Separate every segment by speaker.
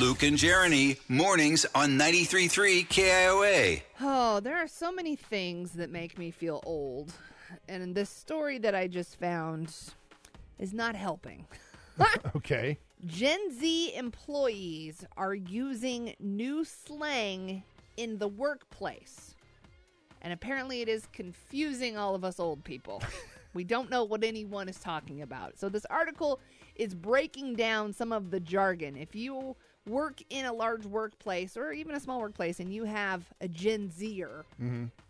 Speaker 1: Luke and Jeremy, mornings on 93.3 KIOA.
Speaker 2: Oh, there are so many things that make me feel old. And this story that I just found is not helping.
Speaker 3: Okay.
Speaker 2: Gen Z employees are using new slang in the workplace. And apparently, it is confusing all of us old people. we don't know what anyone is talking about. So, this article is breaking down some of the jargon. If you work in a large workplace or even a small workplace and you have a Gen Zer,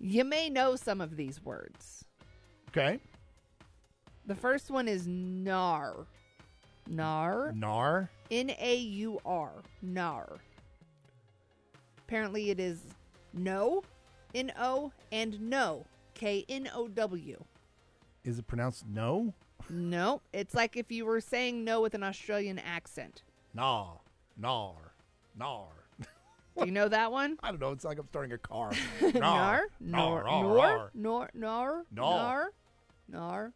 Speaker 2: you may know some of these words.
Speaker 3: Okay.
Speaker 2: The first one is nar. Nar?
Speaker 3: Nar.
Speaker 2: N A U R, NAR. Apparently it is no, N O, and no, K N O W.
Speaker 3: Is it pronounced no?
Speaker 2: No, it's like if you were saying no with an Australian accent.
Speaker 3: Nah. Nar. Nar.
Speaker 2: Do you know that one?
Speaker 3: I don't know. It's like I'm starting a car.
Speaker 2: NAR?
Speaker 3: Nar.
Speaker 2: NAR? NAR? NAR? NAR? NAR? NAR?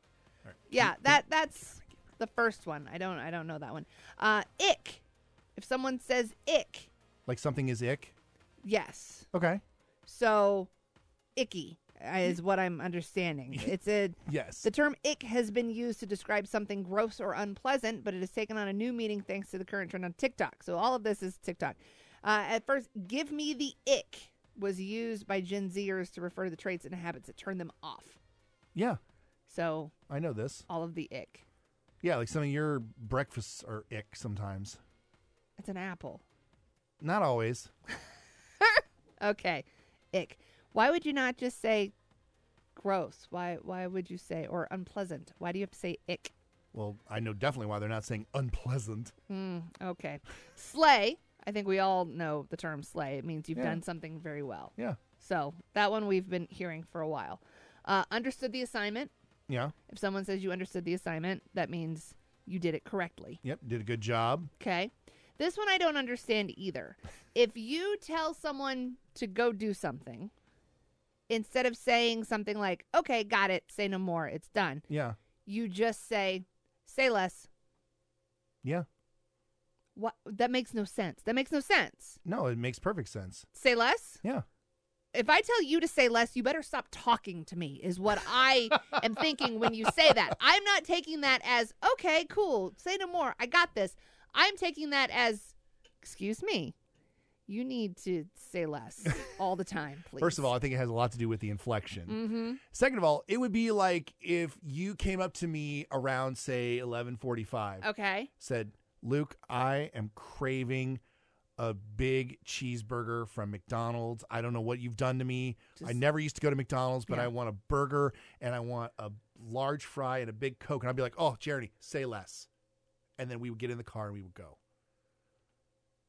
Speaker 2: Yeah, that that's the first one. I don't I don't know that one. Uh ick. If someone says ick,
Speaker 3: Like something is ick.
Speaker 2: yes.
Speaker 3: Okay.
Speaker 2: So, icky uh, is what I'm understanding. It's a
Speaker 3: Yes.
Speaker 2: the term "ick" has been used to describe something gross or unpleasant, but it has taken on a new meaning thanks to the current trend on TikTok. So all of this is TikTok. Uh, at first, "give me the ick" was used by Gen Zers to refer to the traits and habits that turn them off.
Speaker 3: yeah.
Speaker 2: So
Speaker 3: I know this.
Speaker 2: all of the ick.
Speaker 3: Yeah, like some of your breakfasts are ick sometimes.
Speaker 2: It's an apple.
Speaker 3: Not always.
Speaker 2: Okay, ick. Why would you not just say gross? Why why would you say or unpleasant? Why do you have to say ick?
Speaker 3: Well, I know definitely why they're not saying unpleasant.
Speaker 2: Mm, okay. Slay. I think we all know the term slay. It means you've
Speaker 3: Yeah.
Speaker 2: done something very well.
Speaker 3: Yeah.
Speaker 2: So that one we've been hearing for a while. Uh, understood the assignment.
Speaker 3: Yeah.
Speaker 2: If someone says you understood the assignment, that means you did it correctly.
Speaker 3: Yep. Did a good job.
Speaker 2: Okay. This one I don't understand either. If you tell someone to go do something, instead of saying something like, okay, got it, say no more, it's done,
Speaker 3: Yeah.
Speaker 2: you just say, say less.
Speaker 3: Yeah.
Speaker 2: What? That makes no sense. That makes no sense.
Speaker 3: No, it makes perfect sense.
Speaker 2: Say less?
Speaker 3: Yeah.
Speaker 2: if I tell you to say less, you better stop talking to me, is what I am thinking when you say that. I'm not taking that as, okay, cool, say no more, I got this. I'm taking that as, excuse me, you need to say less all the time, please.
Speaker 3: First of all, I think it has a lot to do with the inflection.
Speaker 2: hmm
Speaker 3: Second of all, it would be like if you came up to me around say 11:45,
Speaker 2: okay,
Speaker 3: said, "Luke, I am craving a big cheeseburger from McDonald's. I don't know what you've done to me. I
Speaker 2: Just-
Speaker 3: never used to go to McDonald's, but
Speaker 2: Yeah.
Speaker 3: I want a burger and I want a large fry and a big Coke." And I'd be like, "Oh, Charity, say less." And then we would get in the car and we would go.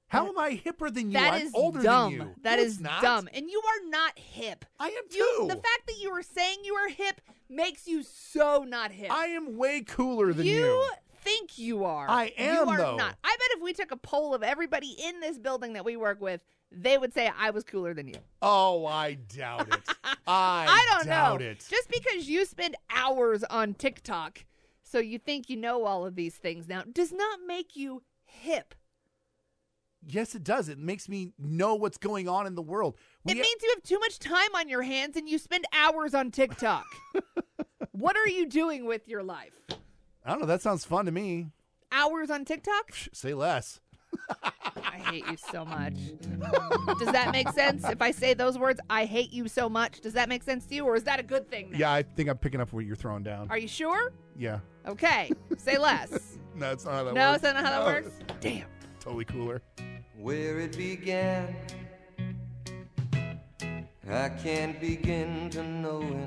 Speaker 3: How
Speaker 2: That-
Speaker 3: am I hipper than you?
Speaker 2: that
Speaker 3: I'm
Speaker 2: is
Speaker 3: older
Speaker 2: dumb.
Speaker 3: than you.
Speaker 2: That
Speaker 3: No,
Speaker 2: is
Speaker 3: it's not.
Speaker 2: dumb, and you are not hip.
Speaker 3: I am too.
Speaker 2: You, the fact that you were saying you were hip makes you so not hip.
Speaker 3: I am way cooler than you.
Speaker 2: think you are.
Speaker 3: I am,
Speaker 2: You are
Speaker 3: though.
Speaker 2: not. I bet if we took a poll of everybody in this building that we work with, they would say I was cooler than you.
Speaker 3: Oh, I doubt it. I,
Speaker 2: I don't
Speaker 3: doubt
Speaker 2: know.
Speaker 3: it.
Speaker 2: Just because you spend hours on TikTok, so you think you know all of these things now, does not make you hip.
Speaker 3: yes, it does. It makes me know what's going on in the world.
Speaker 2: It means you have too much time on your hands and you spend hours on TikTok. what are you doing with your life?
Speaker 3: I don't know. That sounds fun to me.
Speaker 2: Hours on TikTok?
Speaker 3: Psh, Say less.
Speaker 2: I hate you so much. Does that make sense? If I say those words, I hate you so much, does that make sense to you or is that a good thing? now?
Speaker 3: Yeah, I think I'm picking up what you're throwing down.
Speaker 2: Are you sure?
Speaker 3: yeah.
Speaker 2: Okay. Say less.
Speaker 3: No, it's not how that
Speaker 2: no,
Speaker 3: works.
Speaker 2: is that not how that
Speaker 3: No,
Speaker 2: works?
Speaker 3: it's
Speaker 2: Damn.
Speaker 3: Totally cooler.
Speaker 4: where it began. I can't begin to know it.